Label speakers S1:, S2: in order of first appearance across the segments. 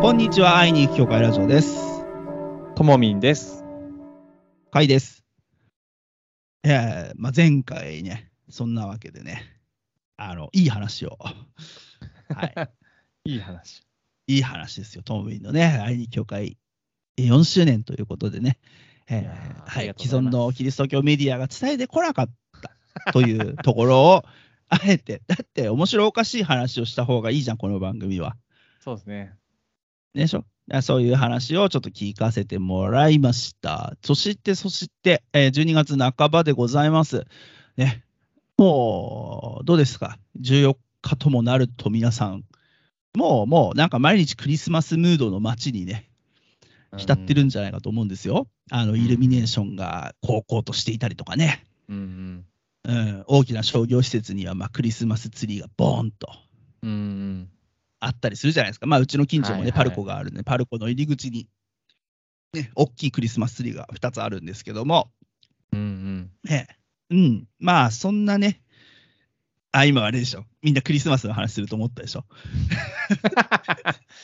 S1: こんにちは、会いに行く協会ラジオです。
S2: ともみんです。
S1: 会です。えー、まあ、前回ね、そんなわけでね、あの、いい話を。はい。
S2: いい話。
S1: いい話ですよ、トムウィンのね、愛に教会4周年ということでね、えー
S2: いやー
S1: は
S2: あり
S1: い
S2: が、とう
S1: 既
S2: ござい
S1: 存
S2: ます
S1: のキリスト教メディアが伝えてこなかったというところを、あえて、だって面白おかしい話をした方がいいじゃん、この番組は。
S2: そうですね。
S1: でしょあそういう話をちょっと聞かせてもらいました。そして、そして、えー12月半ばでございます。ね、もう、どうですか ?14 日ともなると皆さん、もう、もう、なんか毎日クリスマスムードの街にね、浸ってるんじゃないかと思うんですよ。あの、イルミネーションが高校としていたりとかね、
S2: うん
S1: うん、大きな商業施設には、まあ、クリスマスツリーがボーンと
S2: うん。うん
S1: あったりするじゃないですか。まあ、うちの近所もね、
S2: はいはい
S1: パルコがあるんで、パルコの入り口に、ね、大きいクリスマスツリーが2つあるんですけども、
S2: うん。うん
S1: ね、うん、まあ、そんなね、あ、今あれでしょ。みんなクリスマスの話すると思ったでし ょ。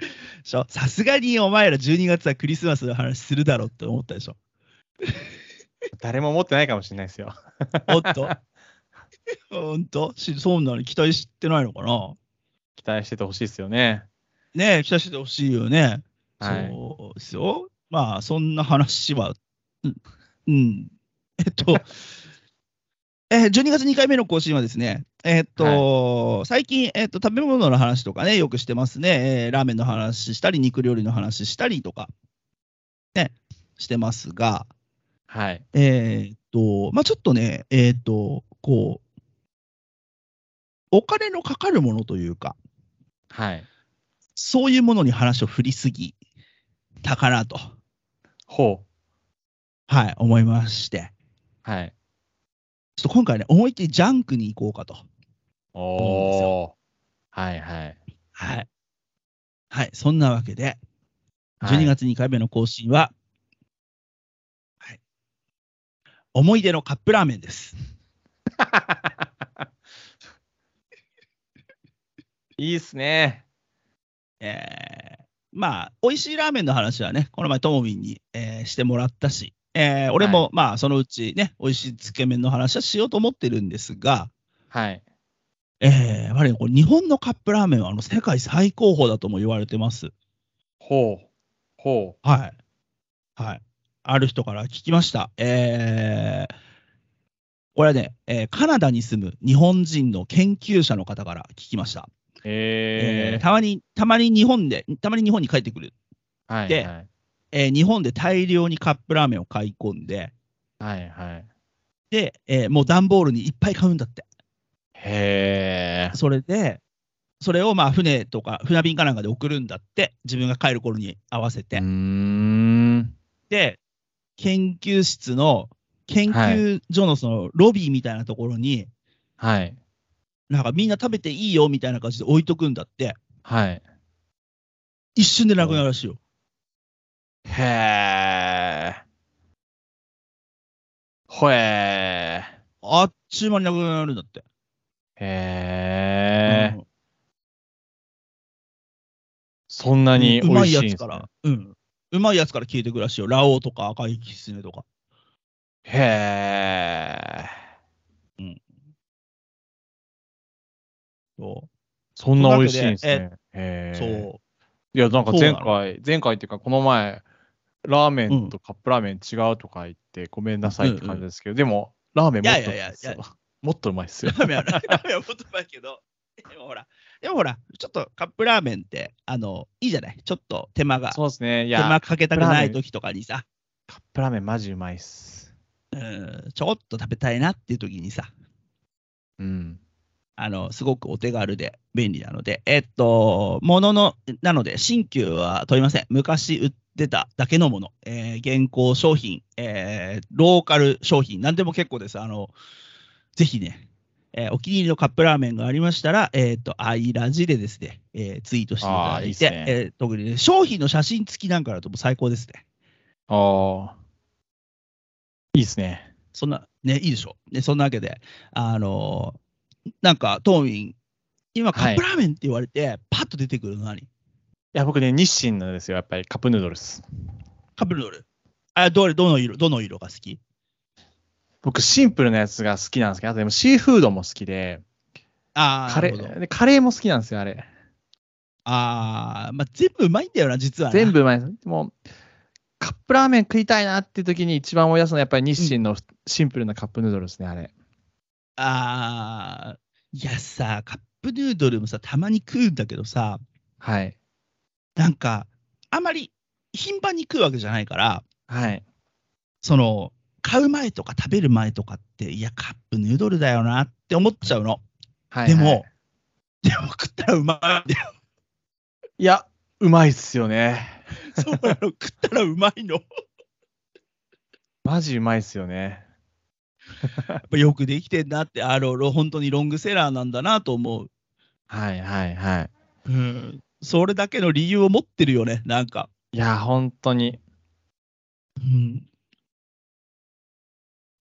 S1: でしょさすがにお前ら12月はクリスマスの話するだろうって思ったでしょ。
S2: 誰も思ってないかもしれないですよ。
S1: おっ と。ほんとしそうなのに期待してないのかな
S2: 期待しててほしいですよね。
S1: ねえ、期待してほしいよね。
S2: はい。
S1: そうですよ。まあ、そんな話は、うんうん。えっ と、えー12月2回目の更新はですね、えーっと、最近、えーっと、食べ物の話とかね、よくしてますね。えーラーメンの話したり、肉料理の話したりとか、ね、してますが、
S2: はい。
S1: えーっと、まあちょっとね、えーっと、こう、お金のかかるものというか、
S2: はい。
S1: そういうものに話を振りすぎたかなと。
S2: ほう。
S1: はい、思いまして。
S2: はい。
S1: ちょっと今回ね、思いっきりジャンクに行こうかと。
S2: お
S1: うです
S2: お。はいはい。
S1: はい。はい、そんなわけで、
S2: はい
S1: 12。月2回目の更新は、はい。思い出のカップラーメンです。
S2: いいっすね。
S1: えー、まあ、美味しいラーメンの話はね、この前、ともみんに、えーしてもらったし、えー俺も、まあ、そのうちね、美味しいつけ麺の話はしようと思ってるんですが、
S2: はい。
S1: えー、我々これ日本のカップラーメンはあの世界最高峰だとも言われてます。
S2: ほう。ほ
S1: はい。はい。ある人から聞きました。えー、これはね、えーカナダに住む日本人の研究者の方から聞きました。
S2: う。え
S1: えー
S2: ー。
S1: たまに、たまに日本で、たまに日本に帰ってくる。
S2: はい
S1: で
S2: はい。
S1: えー日本で大量にカップラーメンを買い込んで、
S2: はいはい。
S1: で、えーもう段ボールにいっぱい買うんだって。
S2: へー。
S1: それで、それをまあ船とか船便かなんかで送るんだって、自分が帰る頃に合わせて。
S2: うーん。
S1: で、研究室の、研究所のそのロビーみたいなところに、
S2: はい。
S1: なんかみんな食べていいよみたいな感じで置いとくんだって、
S2: はい。
S1: 一瞬でなくなるらしいよ。
S2: へえ。ほえ
S1: あっちゅう間になくなるんだって。
S2: ー。へえ、
S1: うん
S2: そんなに
S1: う
S2: 美
S1: ま
S2: 味
S1: い
S2: しい
S1: や
S2: んです、ね、
S1: つから、うん。うまいやつから消えてくらしいよ。ラオウとか赤いキツネとか。
S2: へえ。
S1: そ
S2: そんな美味しいんです
S1: そんな
S2: ね。へ
S1: う。
S2: え。
S1: そう
S2: いや、なんか前
S1: そうな
S2: 回、前回っていうか、この前、ラーメ
S1: うん
S2: ンとカップラーメン違うとか言って、ごめんなさいって感じですけど、でも、ラーメンもっと
S1: い
S2: うま
S1: やいやいや
S2: ですよ。もっとうまいっすよ。
S1: ラーメンは、ラーメンはもっとうまいけど。でもほら、でもほら、ちょっとカップラーメンって、あの、いいじゃないちょっと手間が、
S2: そうですね。い
S1: 手
S2: や、
S1: 間かけたくない
S2: カップラーメン
S1: 時とかにさ、
S2: カップラーメンマジうまいっす。
S1: うんちょっと食べたいなっていう時にさ、
S2: うん。
S1: あの、すごくお手軽で便利なので、えっと、ものの、なので、新旧は問いません。昔売ってただけのもの、えー現行商品、えーローカル商品、なんでも結構です。あの、ぜひね、えーお気に入りのカップラーメンがありましたら、えっ、と、アイラジでですね、えーツイートしていただ
S2: あーいい
S1: い、
S2: ってすね
S1: えー特に、ね、商品の写真付きなんかだともう最高ですね。
S2: ああ。いいっすね。
S1: そんな、ね、いいでしょ。ね、そんなわけで、あのーなんか、トーミン、今、カ
S2: は
S1: ッ
S2: い
S1: プラーメンって言われて、パッと出てくるの何
S2: や、僕ね、日清なんですよ。やっぱりカップヌードルです。
S1: カップヌードル。あ、どれ、どの色、どの色が好き
S2: 僕、シンプルなやつが好きなんですけど、あとでもシーフードも好きで、
S1: ああ、な
S2: カレ
S1: るほど。
S2: ー、でカレーも好きなんですよ、あれ。
S1: ああ、まあ、全部うまいんだよな、実はな。
S2: 全部うまいです。もう、カップラーメン食いたいなっていう時に一番思い出すのはやっぱり日清のシンプルなカップヌードルですね、あれ。
S1: ああ、いやさ、カップヌードルもさ、たまに食うんだけどさ、
S2: はい。
S1: なんか、あまり頻繁に食うわけじゃないから、
S2: はい。
S1: その、買う前とか食べる前とかって、いや、カップヌードルだよなって思っちゃうの。
S2: はい、
S1: で
S2: はい
S1: も、でも食ったらうまいん だよ。
S2: いや、うまいっすよね。
S1: そうなの、食ったらうまいの。や
S2: マジうまいっすよね。
S1: っぱよくできてんなって、あの、ロ本当にロングセラーなんだなと思う。
S2: はいはいはい。
S1: うん。それだけの理由を持ってるよね、なんか。
S2: いや、本当に。い
S1: うん。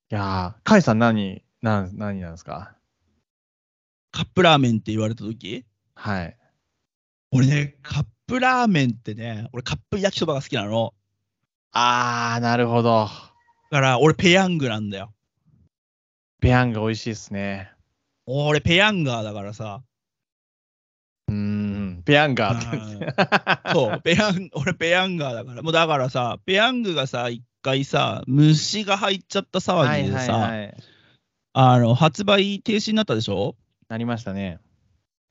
S2: やー、カイさん何、なん何なんですか
S1: カップラーメンって言われた時
S2: はい。
S1: 俺ね、カップラーメンってね、俺カップ焼きそばが好きなの。
S2: あー、なるほど。
S1: だから俺ペヤングなんだよ。
S2: ペヤング美味しいっすね。
S1: 俺ペヤンガーだからさ。
S2: うーん、ペヤンガーって言うんですね。
S1: そう、ペヤン、俺ペヤンガーだから。もうだからさ、ペヤングがさ、一回さ、虫が入っちゃった
S2: は
S1: 騒ぎ
S2: い
S1: で
S2: はい
S1: さ、
S2: はい。
S1: あの、発売停止になったでしょ
S2: なりましたね。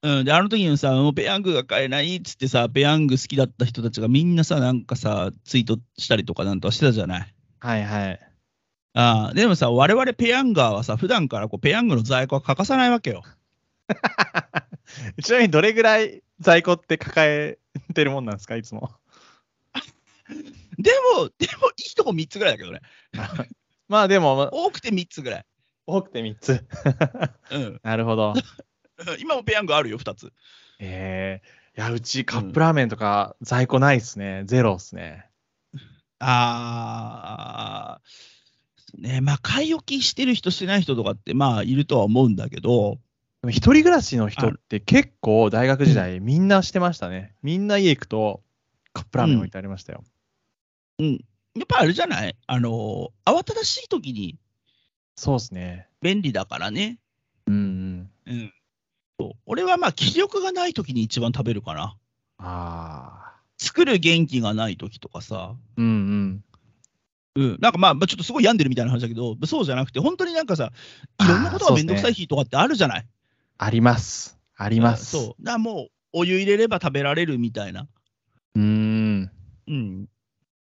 S1: うん、で、あの時にさ、もうペヤングが買えないっつってさ、ペヤング好きだった人たちがみんなさ、なんかさ、ツイートしたりとかなんとかしてたじゃない。
S2: はいはい。
S1: ああでもさ、我々ペヤンガーはさ、普段からこうペヤングの在庫は欠かさないわけよ。
S2: ちなみにどれぐらい在庫って抱えてるもんなんですか、いつも。
S1: でも、でもいいとこ3つぐらいだけどね。
S2: まあでも、
S1: 多くて3つぐらい。
S2: 多くて3つ。
S1: うん。
S2: なるほど。
S1: 今もペヤングあるよ、2つ。
S2: ええいや、うちカップラーメンとか在庫ないっすね。ゼロっすね。
S1: あー。ね、まあ、買い置きしてる人、してない人とかって、まあ、いるとは思うんだけど、
S2: でも一人暮らしの人
S1: あ
S2: って結構大学時代みんなしてましたね。みんな家行くとカップラーメン置いてありましたよ。
S1: やっぱあれじゃないあのー、慌ただしい時に
S2: そうっすね。
S1: 便利だからね。
S2: うんう
S1: う
S2: ん。
S1: ん。そう俺はまあ、気力がない時に一番食べるかな。
S2: ああ。
S1: 作る元気がない時とかさ。
S2: うんうん。
S1: うん、なんかまあ、まあちょっとすごい病んでるみたいな話だけど、そうじゃなくて、本当になんかさ、いろんなこと
S2: あー
S1: がめんどくさ
S2: そうっ
S1: い日とかってあるじゃない。
S2: あります。あります。
S1: うんそう。だからもう、お湯入れれば食べられるみたいな。
S2: う。ん。
S1: うん。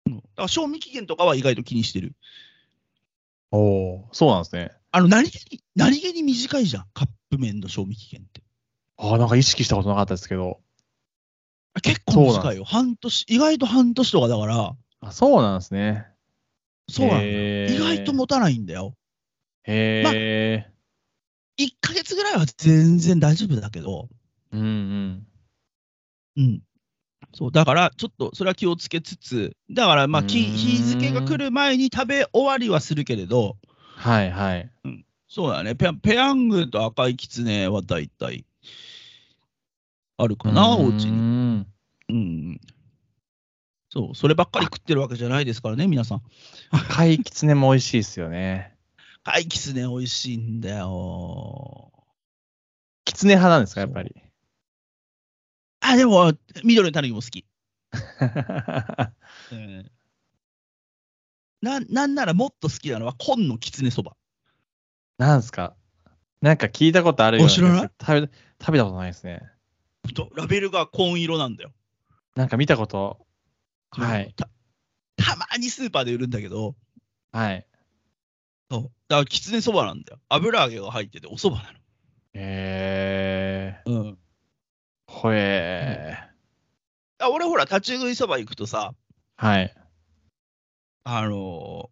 S1: うんだから賞味期限とかは意外と気にしてる。
S2: おお、そうなんですね。
S1: あの、何気に、何気に短いじゃん、カップ麺の賞味期限って。
S2: ああ、なんか意識したことなかったですけど。
S1: あ結構
S2: そうなん
S1: 短い
S2: で
S1: よ。半年、意外と半年とかだから、
S2: あそうなんですね。
S1: そうなんだよ。
S2: へー
S1: 意外と持たないんだよ。
S2: へえ、
S1: 1ヶ月ぐらいは全然大丈夫だけど、
S2: うんうん。
S1: うん。そう、だから、ちょっと、それは気をつけつつ、だから、まあ、き
S2: うーん
S1: 日付が来る前に食べ終わりはするけれど、
S2: はいはい。
S1: そうだね、ペヤペヤングと赤いキツネは大体、あるかな、おうちに。
S2: に。
S1: うん。そう、そればっかり食ってるわけじゃないですからね、皆さん。
S2: 赤いきつねも美味しいですよね。
S1: 赤いキツネ美味しいんだよ。
S2: きつね派なんですか、やっぱり。
S1: あ、でも、緑のタヌキも好き。うんななんならもっと好きなのは紺のきつねそば。
S2: なんですかなんか聞いたことあるよう
S1: あ知らない
S2: ですけど食べ食べたことないですね。
S1: とラベルが紺色なんだよ。
S2: なんか見たこと。はい。
S1: た。たまにスーパーで売るんだけど、
S2: はい。
S1: そうだからきつねそばなんだよ。油揚げが入ってておそばな
S2: へえ。
S1: の。うん。
S2: ほえー。
S1: あ俺ほら、立ち食いそば行くとさ、
S2: はい。
S1: あのーコ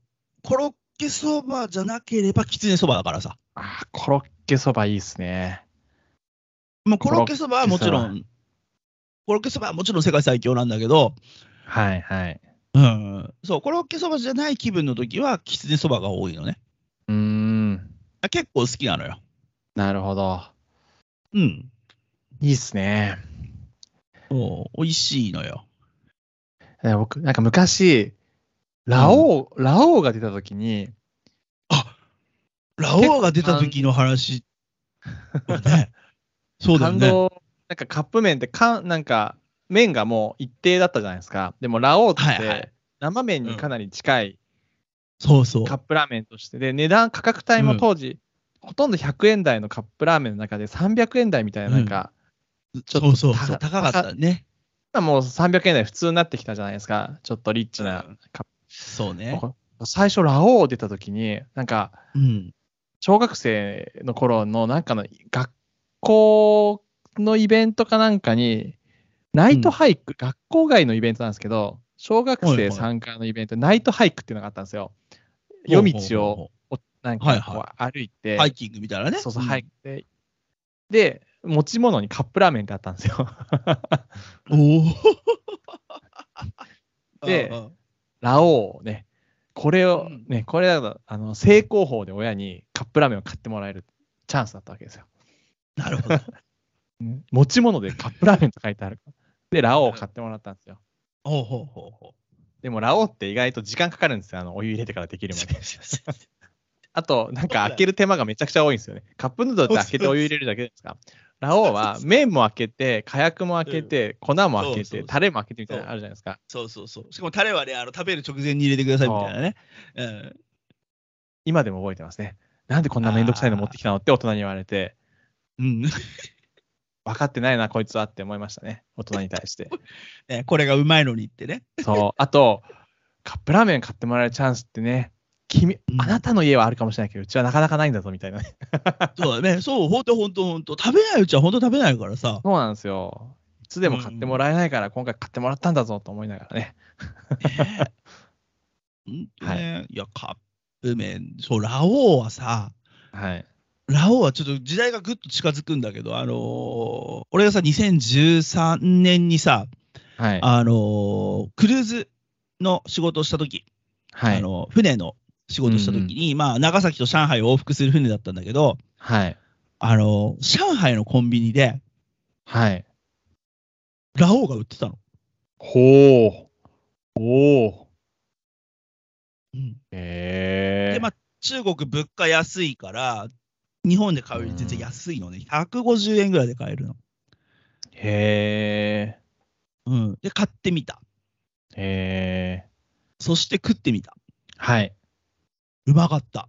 S1: ロッケそばじゃなければきつねそばだからさ。
S2: あー、コロッケそばいいっすね。
S1: もうコロッケそばはもちろ
S2: コロッ
S1: ん、コロッケそばはもちろん世界最強なんだけど、
S2: はいはい。
S1: うん、そう、コロッケそばじゃない気分の時はきつねそばが多いのね。
S2: うーん。
S1: あ結構好きなのよ。
S2: なるほど。
S1: うん。
S2: いいっすね。
S1: お美味しいのよ。
S2: え僕、なんか昔、ラオウ、ラオウが出た時に、
S1: ラオウが出た時の話はね。そうだよ
S2: 感
S1: ね。
S2: 動、なんかカップ麺ってかん、なんか麺がもう一定だったじゃないですか。でもラオウっ
S1: はいはい
S2: て生麺にかなり近い
S1: そうそう
S2: カッ。プラーメンとして、で、値段、価格帯も当時、ほとんど100円台のカップラーメンの中で300円台みたいな、なんか、ちょっ
S1: そう
S2: と
S1: そうそう。
S2: 高
S1: 高かったね。
S2: 今もう300円台普通になってきたじゃないですか。ちょっとリッチなカッ
S1: そう
S2: プ。
S1: ね。
S2: 最初、ラオウ出た時に、なんか、
S1: うん。
S2: 小学生の頃のなんかの学校のイベントかなんかに、ナイトハイク、学校外のイベントなんですけど、小学
S1: はいは
S2: 生
S1: い
S2: 参加のイベント、ナイトハイクっていうのがあったんですよ。夜道
S1: ほうほうほ
S2: をおなん
S1: はい
S2: かこ
S1: は
S2: う歩いうて、
S1: ハイキングみたいなね。
S2: そうそう、
S1: ん
S2: ハイクで、で、持ち物にカップラーメンってあったんですよ。
S1: おお。
S2: で
S1: うんうん
S2: ラオウね、これを
S1: うん、
S2: ね、これだと、あの、正攻法で親にカップラーメンを買ってもらえるチャンスだったわけですよ。
S1: なるほど。
S2: 持ち物でカップラーメンと書いてある。 で、ラオウを買ってもらったんですよ。
S1: ほうほうほうほう。
S2: でも、ラオウって意外と時間かかるんですよ。あの、お湯入れてからできるま で。あと、なんか開ける手間がめちゃくちゃ多いんですよね。 カップヌードルって開けてお湯入れるだけですか。ラオウは麺も開けて、火薬も開けて、粉も開け
S1: そうそう
S2: て、
S1: そう
S2: タレも開けてみたいなのあるじゃないですか。
S1: そうそうそう。しかもタレはね、あの食べる直前に入れてくださいみたいなね。うん
S2: 今でも覚えてますね。なんでこんなめんどくさいの持ってきたのって大人に言われて、
S1: うん。
S2: 分かってないな、こいつはって思いましたね。大人に対して。
S1: ねこれがうまいのにってね。
S2: そう。 あと、カップラーメン買ってもらえるチャンスってね、君
S1: う、ん
S2: あなたの家はあるかもしれないけど、うちはなかなかないんだぞみたいなね。
S1: そうだね。そう、ほんとほんとほんと。食べないうちはほんと食べないから さ。
S2: そうなんですよ。いつでも買ってもらえないから、今回買ってもらったんだぞと思いながらね。
S1: ほんとね。い、や、カップ麺。そう、ラオウはさ、
S2: はい。
S1: ラオウはちょっと時代がぐっと近づくんだけど、あのー俺がさ、2013年にさ、
S2: はい。
S1: あのークルーズの仕事をした時
S2: は
S1: あ
S2: い。
S1: の船の仕事した時に、まあ、長崎と上海を往復する船だったんだけど、
S2: はい。
S1: あの上海のコンビニで
S2: はい。
S1: ラオウが売ってたの。
S2: ほう。おお。
S1: うん
S2: へえ。
S1: でまあ中国物価安いから日本で買うより全然安いのね、150円ぐらいで買えるの。
S2: へ
S1: うん、で買ってみた
S2: え。へえ。
S1: そして食ってみた
S2: はい。
S1: うまか った。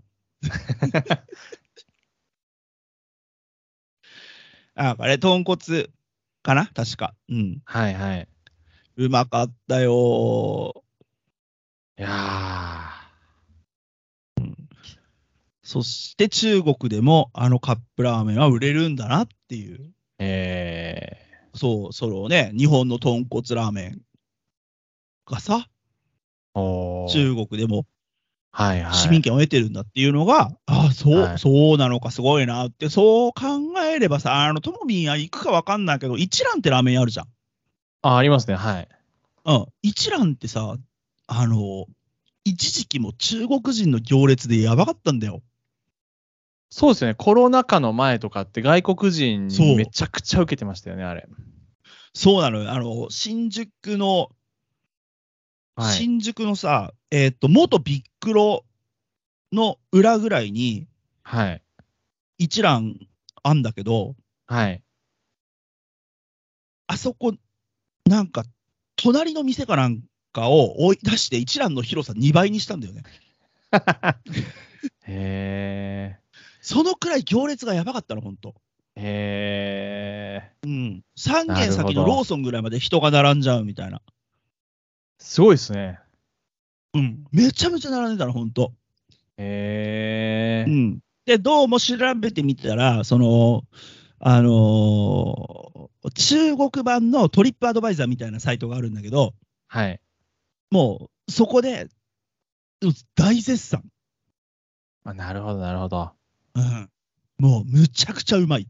S1: ああれ豚骨かな確か。うん
S2: はいはい。
S1: うまかったよー
S2: いやー。
S1: そして中国でもあのカップラーメンは売れるんだなっていう。
S2: ええ。
S1: そう、そのね、日本の豚骨ラーメンがさ、
S2: おー
S1: 中国でも
S2: はいはい。
S1: 市民権を得てるんだっていうのが、ああ、そう、
S2: はい
S1: そうなのか、すごいなって、そう考えればさ、あの、ともみんは行くかわかんないけど、一蘭ってラーメン屋あるじゃん。
S2: あ、ありますね。はい。
S1: うん。一蘭ってさ、あの、一時期も中国人の行列でやばかったんだよ。
S2: そうですよね、コロナ禍の前とかって外国人に
S1: そう
S2: めちゃくちゃ受けてましたよね、あれ。
S1: そうなのよ。あの、新宿の
S2: はい、
S1: 新宿のさ、えっ、と、元ビックロの裏ぐらいに
S2: はい。
S1: 一覧あんだけど、
S2: はい。
S1: あそこ、なんか、隣の店かなんかを追い出して一覧の広さ2倍にしたんだよね。
S2: へ
S1: そのくらい行列がやばかったの、ほんと。
S2: え。へえ。
S1: うん。3軒
S2: なるほ
S1: 先の
S2: ど
S1: ローソンぐらいまで人が並んじゃうみたいな。
S2: すごいですね。
S1: うん。めちゃめちゃ並んでたの、ほんと。
S2: へ
S1: う
S2: え。
S1: ん、で、どうも調べてみたら、その、あのー中国版のトリップアドバイザーみたいなサイトがあるんだけど、
S2: はい。
S1: もうそこでうん大絶賛、
S2: あなるほど、なるほど。
S1: うん、もうむちゃくちゃうまい、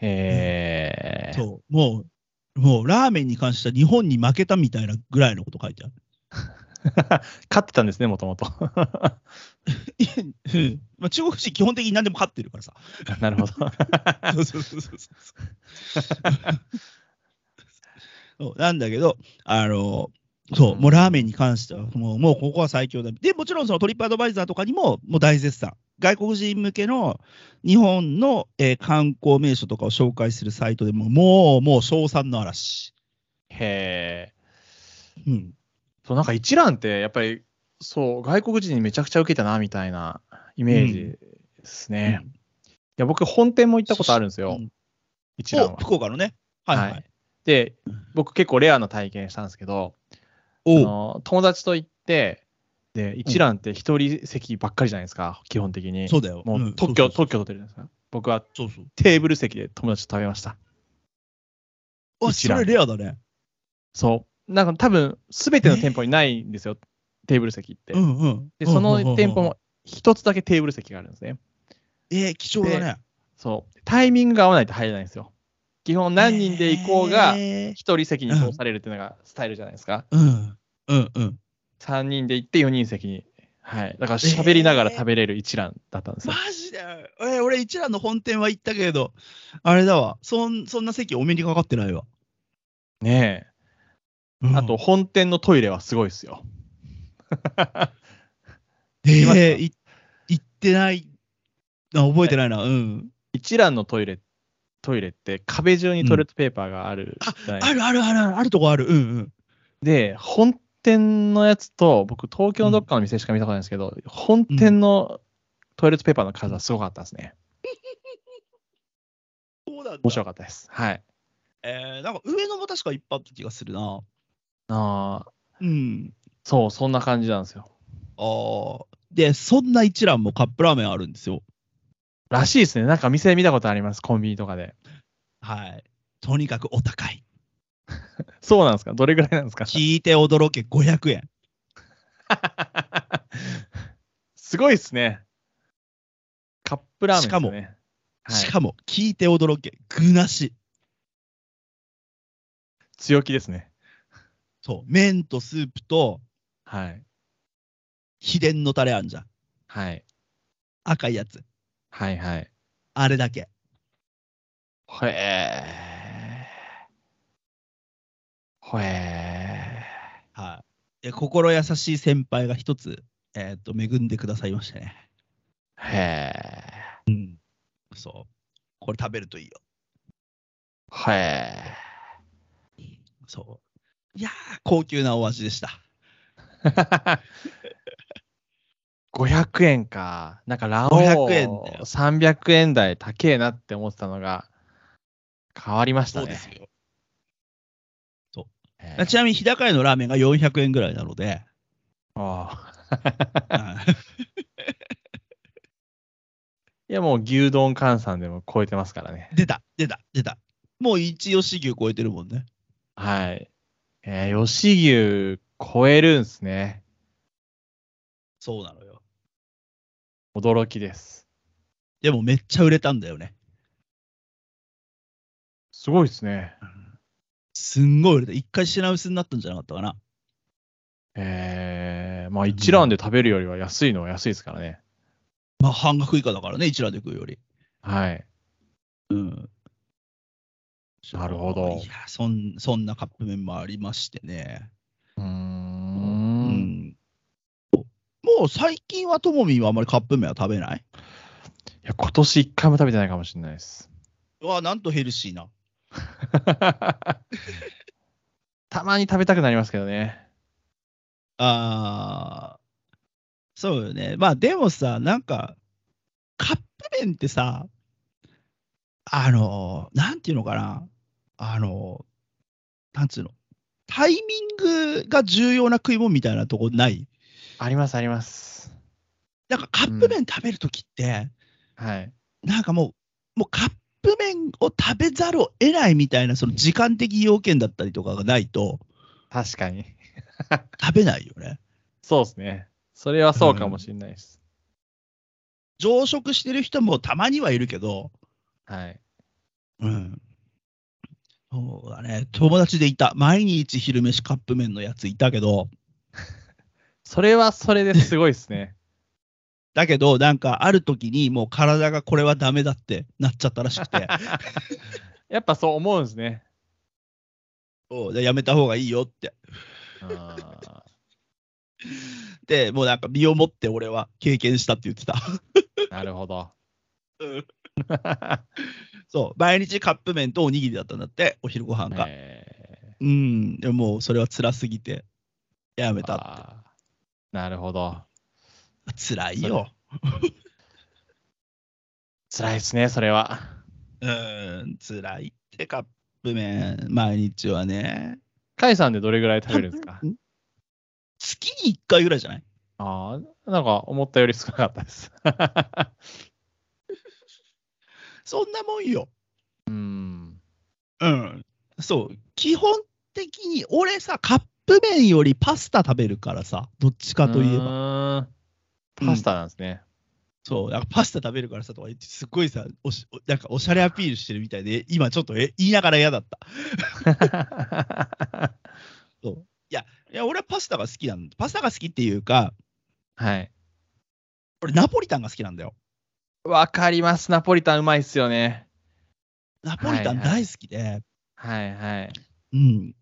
S2: へえ。
S1: そうもう、もうラーメンに関しては日本に負けたみたいなぐらいのこと書いてあ る
S2: 勝ってたんですね、もともと。
S1: うん。まあ、中国人、基本的に何でも勝ってるからさ。
S2: なるほど。
S1: そうそうそうそうそうそうなんだけど、あの、そう、もうラーメンに関しては、もう、もうここは最強だ。で、もちろんそのトリップアドバイザーとかにも、もう大絶賛。外国人向けの日本の、えー観光名所とかを紹介するサイトでも、もう、もう、称賛の嵐。
S2: へえ。
S1: うん。
S2: そう、なんか一覧って、やっぱり、そう、外国人にめちゃくちゃ受けたな、みたいなイメージですね。
S1: う
S2: い
S1: ん
S2: や、僕、本店も行ったことあるんですよ、
S1: うん
S2: 一覧
S1: お
S2: は。
S1: 福岡のね。はいはい。
S2: はいで、僕、結構レアな体験したんですけど、あ
S1: おう
S2: の友達と行って、で、一覧って一人席ばっかりじゃないですか、基本的に。
S1: そうだよ。
S2: も
S1: ん
S2: う特許、
S1: そうそう
S2: 特許取ってるじゃないですか。僕は
S1: そうそう
S2: テーブル席で友達と食べました。
S1: あ
S2: 一
S1: そ
S2: 覧
S1: れレアだね。
S2: そう。なんか多分、すべての店舗にないんですよ、テーブル席って。
S1: うんうん。
S2: で、そ
S1: うんうんうんう
S2: の
S1: ん
S2: 店舗。も一つだけテーブル席があるんですね。
S1: えー、貴重だね。
S2: そう。タイミングが合わないと入れないんですよ。基本何人で行こうが、
S1: えー
S2: 一人席に通されるっていうのがスタイルじゃないですか。
S1: うんうんうん。
S2: 3人で行って4人席に。はい。だから喋りながら食べれる一覧だったんですよ
S1: マ。ジでえー俺、一蘭の本店は行ったけれど、あれだわ、そんそんな席お目にかかってないわ。
S2: ね
S1: うん
S2: え。あと、、本店のトイレはすごいですよ。
S1: え
S2: きました
S1: ー、い行ってない、あ覚えてないな、うん。
S2: 一蘭のトイレ、トイレって壁中にトイレットペーパーがあるじゃないですか
S1: あるあるあるある、あるとこある、うんうん。
S2: で、本店のやつと、僕、東京のどっかの店しか見たことないんですけど、本店のトイレットペーパーの数はすごかったですね。
S1: そうなんだ
S2: 面白かったです。はい。
S1: えーなんか上野も確かいっぱいあった気がするな。
S2: あー
S1: うん。
S2: そう、そんな感じなんですよ。
S1: あーで、そんな一蘭もカップラーメンあるんですよ。
S2: らしいですね。なんか店で見たことあります、コンビニとかで。
S1: はい。とにかくお高い。
S2: そうなんですかどれぐらいなん ですか
S1: 聞いて驚け500円。
S2: すごいですね。カップラーメンですね。
S1: しかも
S2: はい
S1: しかも、聞いて驚け具なし。
S2: 強気ですね。
S1: そう、麺とスープと
S2: はい。
S1: 秘伝のタレあんじゃん。
S2: はい。
S1: 赤いやつ。
S2: はいはい。
S1: あれだけ。
S2: ほえー。ほえ
S1: はい。で心優しい先輩が一つ、えっ、と、恵んでくださいましてね。
S2: ー。へえ
S1: そう。これ食べるといいよ。
S2: ー。ほ え
S1: そう。いやー、高級なお味でした。
S2: ー。500円か。なんかラオウ
S1: 500円だよ
S2: 300円台高えなって思ってたのが変わりましたね。
S1: よ。
S2: へ
S1: ち
S2: ー
S1: なみに、日高屋のラーメンが400円ぐらいなので、
S2: あー
S1: はい
S2: いやもう牛丼換算でも超えてますからね。
S1: 出た、出た、出た。もう一吉牛超えてるもんね。
S2: はい。えー、吉牛超えるんすね。
S1: そうなのよ。
S2: 驚きです。
S1: でもめっちゃ売れたんだよね。
S2: すごいですね。
S1: すんごい売れた。一回品薄になったんじゃなかったかな。
S2: えー、まあ一蘭で食べるよりは安いのは安いですからね。
S1: まあ半額以下だからね、一覧で食うより。
S2: はい。
S1: うん。
S2: なるほど
S1: いやそん、そんなカップ麺もありましてね。
S2: うー。
S1: うんん。もう最近はともみんはあまりカップ麺は食べない
S2: いや、今年一回も食べてないかもしれないです。
S1: うわ、なんとヘルシーな。
S2: たまに食べたくなりますけどね。
S1: あーそうよね。まあでもさ、なんか、カップ麺ってさ、あの、なんていうのかな、あの、なんつうの、タイミングが重要な食い物みたいなとこない
S2: ありますあります。
S1: なんかカップ麺食べるときって、
S2: はい。
S1: なんかもう、もうカップ麺を食べざるを得ないみたいな、その時間的要件だったりとかがないと、
S2: 確かに。
S1: 食べないよね。
S2: そうですね。それはそうかもしれないです。
S1: 常食してる人もたまにはいるけど、
S2: はい。
S1: うん。そうだね、友達でいた、毎日昼飯カップ麺のやついたけど、
S2: それはそれですごいですね。
S1: だけど、なんかある時にもう体がこれはダメだ ってなっちゃったらしくて、
S2: やっぱそう思うんですね。
S1: おやめた方がいいよって。
S2: あ
S1: で、もうなんか身をもって俺は経験したって言ってた。
S2: ーなるほど。
S1: そう、毎日カップ麺とおにぎりだったんだって、お昼ご飯が。
S2: え
S1: うん、でももうそれは辛すぎて、やめ
S2: ー
S1: た。
S2: あーなるほど。
S1: 辛いよ。
S2: 辛いですね、それは。
S1: うん、辛いってカップ麺、毎日はね。
S2: カイさんでどれぐらい食べるんですか
S1: ん月に1回ぐらいじゃない
S2: ああ、なんか思ったより少なかったです。
S1: そんなもんよ。
S2: うん。
S1: うん。そう、基本的に俺さ、カップ麺よりパスタ食べるからさ、どっちかといえば。
S2: ば。パスタなんです ね。
S1: そう、なんかパスタ食べるからさとか言って、すっごいさ、おしおなんかおしゃれアピールしてるみたいで、今ちょっとえ言いながら嫌だった。いや、俺はパスタが好きなんだ。パスタが好きっていうか、
S2: はい。
S1: 俺ナポリタンが好きなんだよ。
S2: わかります。ナポリタンうまいっすよね。
S1: ナポリタン大好きで、
S2: はいはい。
S1: うん。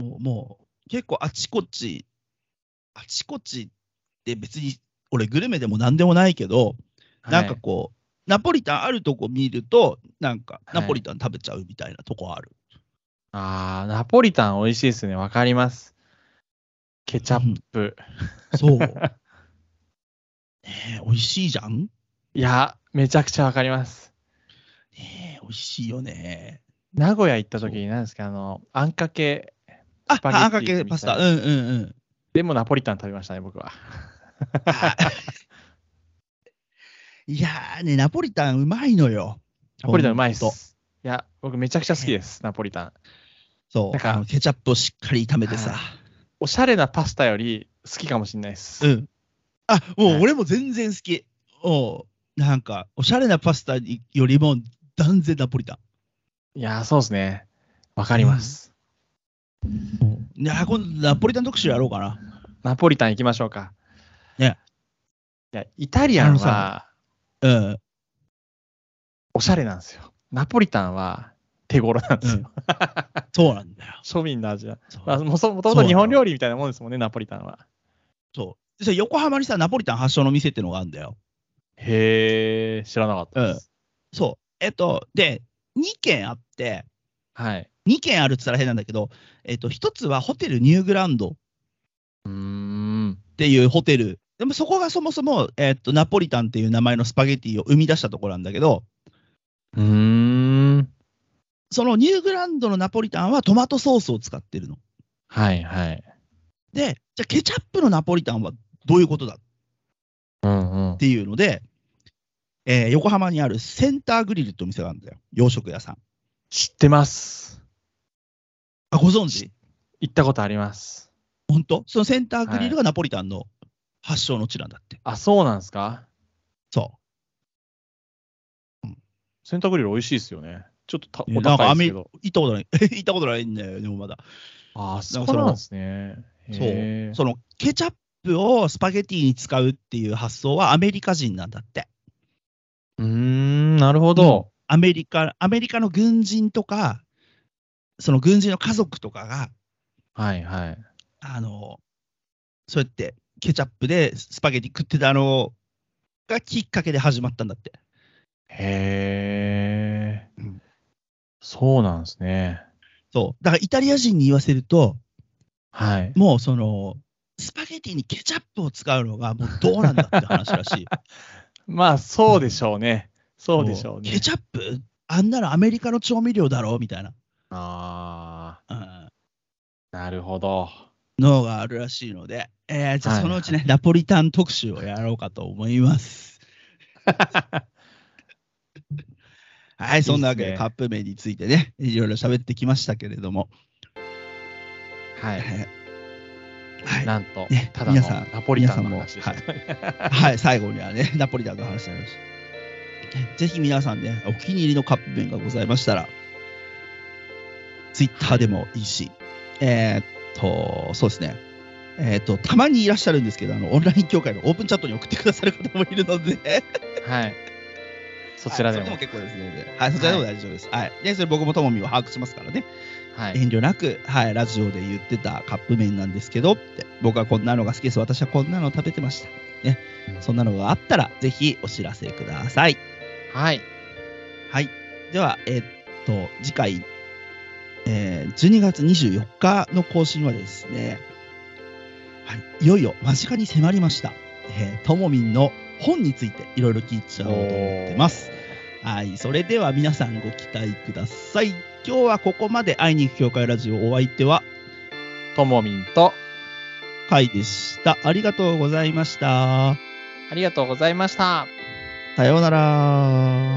S1: もう、もう結構あちこち、あちこちって別に、俺グルメでも何でもないけど、なんかこう、ナポリタンあるとこ見ると、なんか
S2: はい
S1: ナポリタン食べちゃうみたいなとこある。
S2: ああ、ナポリタン美味しいですね。わかります。ケチャップ。
S1: そう。 ねえ、美味しいじゃんね
S2: いや、めちゃくちゃわかります。
S1: え、美味しいよね。
S2: 名古屋行った時に何ですかあの、あんかけ
S1: あ
S2: ス、パゲッティ
S1: あんかけパスタ。
S2: み
S1: う
S2: た
S1: んうんうん。
S2: でもナポリタン食べましたね、僕 は。
S1: いやーね、ナポリタンうまいのよ。
S2: ナポリタンうまいっ
S1: ほんと
S2: す。いや、僕めちゃくちゃ好きです、ナポリタン。
S1: そう。
S2: なんか
S1: あのケチャップをしっかり炒めてさ。
S2: はおしゃれなパスタより好きかもしれないです。
S1: うん。あ、も
S2: は
S1: う
S2: い
S1: 俺も全然好き。おうなんか、おしゃれなパスタによりも断然ナポリタ
S2: いや、そうですね。わかります。
S1: ン。いやー、今度ナポリタン特集やろうかな。
S2: ナポリタン行きましょうか。
S1: ね。
S2: いや、イタリアン
S1: あの
S2: は
S1: さ うん。
S2: おしゃれなんですよ。ナポリタンは手頃なんですよ。
S1: そうなんだよ。
S2: 庶民の味だ。
S1: そう
S2: まあ、もともと日本料理みたいなもんですもんね、ナポリタンは。
S1: そうそれ横浜にさ、ナポリタン発祥の店ってのがあるんだよ。
S2: へえ、知らなかったです。
S1: そう。えっと、で、2軒あって、
S2: はい。
S1: 2軒あるって言ったら変なんだけど、えっと、1つはホテルニューグランド
S2: うーん。
S1: っていうホテル。でもそこがそもそも、えっと、ナポリタンっていう名前のスパゲティを生み出したところなんだけど、
S2: うーん。
S1: そのニューグランドのナポリタンはトマトソースを使ってるの。
S2: はいはい。
S1: で、じゃあケチャップのナポリタンはどういうことだっ
S2: うんうん。
S1: ていうので、えー横浜にあるセンターグリルってお店があるんだよ。洋食屋さん。
S2: 知ってます。
S1: あ、ご存知
S2: 行ったことあります。
S1: 本当そのセンターグリルがナポリタンの発祥の地なんだって。
S2: あ、そうなんですか
S1: そ
S2: センターグリル美味しいですよね。ちょっとた
S1: いや
S2: お高いですけど。
S1: う。行ったことない。 行ったことないんだよ、でもまだ。
S2: あ、そ
S1: なん
S2: う
S1: かその
S2: なんですね。へー
S1: そのケチャップをスパゲティに使うっていう発想はアメリカ人なんだって。
S2: うーん、なるほど。
S1: アメリカ、アメリカの軍人とか、その軍人の家族とかが、
S2: はいはい。
S1: あの、そうやってケチャップでスパゲティ食ってたのがきっかけで始まったんだって。
S2: へえ
S1: うん。
S2: そうなんですね。
S1: そう。だからイタリア人に言わせると、
S2: はい。
S1: もうその、スパゲティにケチャップを使うのがもうどうなんだって話らしい。
S2: まあ、そうでしょうね。 そうでしょうね
S1: ケ。チャップあんなのアメリカの調味料だろみたいな、
S2: あ
S1: うん、
S2: あ、なるほど。
S1: のがあるらしいので、えーじゃあ
S2: はい
S1: そのうちね、ナポリタン特集をやろうかと思い ます。はい、そんなわけ
S2: いい
S1: で
S2: っ
S1: すカ
S2: ね
S1: ップ麺についてね、いろいろ喋ってきましたけれども、
S2: はい。
S1: はい、
S2: なんと、
S1: ね
S2: ただの
S1: 皆さん
S2: ナポリタンの話でした。
S1: はい、最後にはね、 ナポリタンの話になりました。ぜひ皆さんね、お気に入りのカップ麺がございましたら、ツイッターでもいいし、えーっと、そうですね。えーっと、たまにいらっしゃるんですけど、あの、オンライン協会のオープンチャットに送ってくださる方もいるので、
S2: はい。 そちらでも。
S1: はいそれでも結構ですので、はい、そちらでも大丈夫です。はい。で、それ僕もともみを把握しますからね。
S2: はい。
S1: 遠慮なく、はい、ラジオで言ってたカップ麺なんですけどって、僕はこんなのが好きです。私はこんなの食べてました。ね、そんなのがあったら、ぜひお知らせください。
S2: はい。
S1: はい。では、えっと、次回、えー12月24日の更新はですね、はい、いよいよ間近に迫りました、えーともみんの本についていろいろ聞いちゃおうと思ってます。はい。それでは皆さんご期待ください。今日はここまで会いに行く協会ラジオお相手は、
S2: ともみんと、
S1: かいでした。ありがとうございました。
S2: ありがとうございました。
S1: さようなら。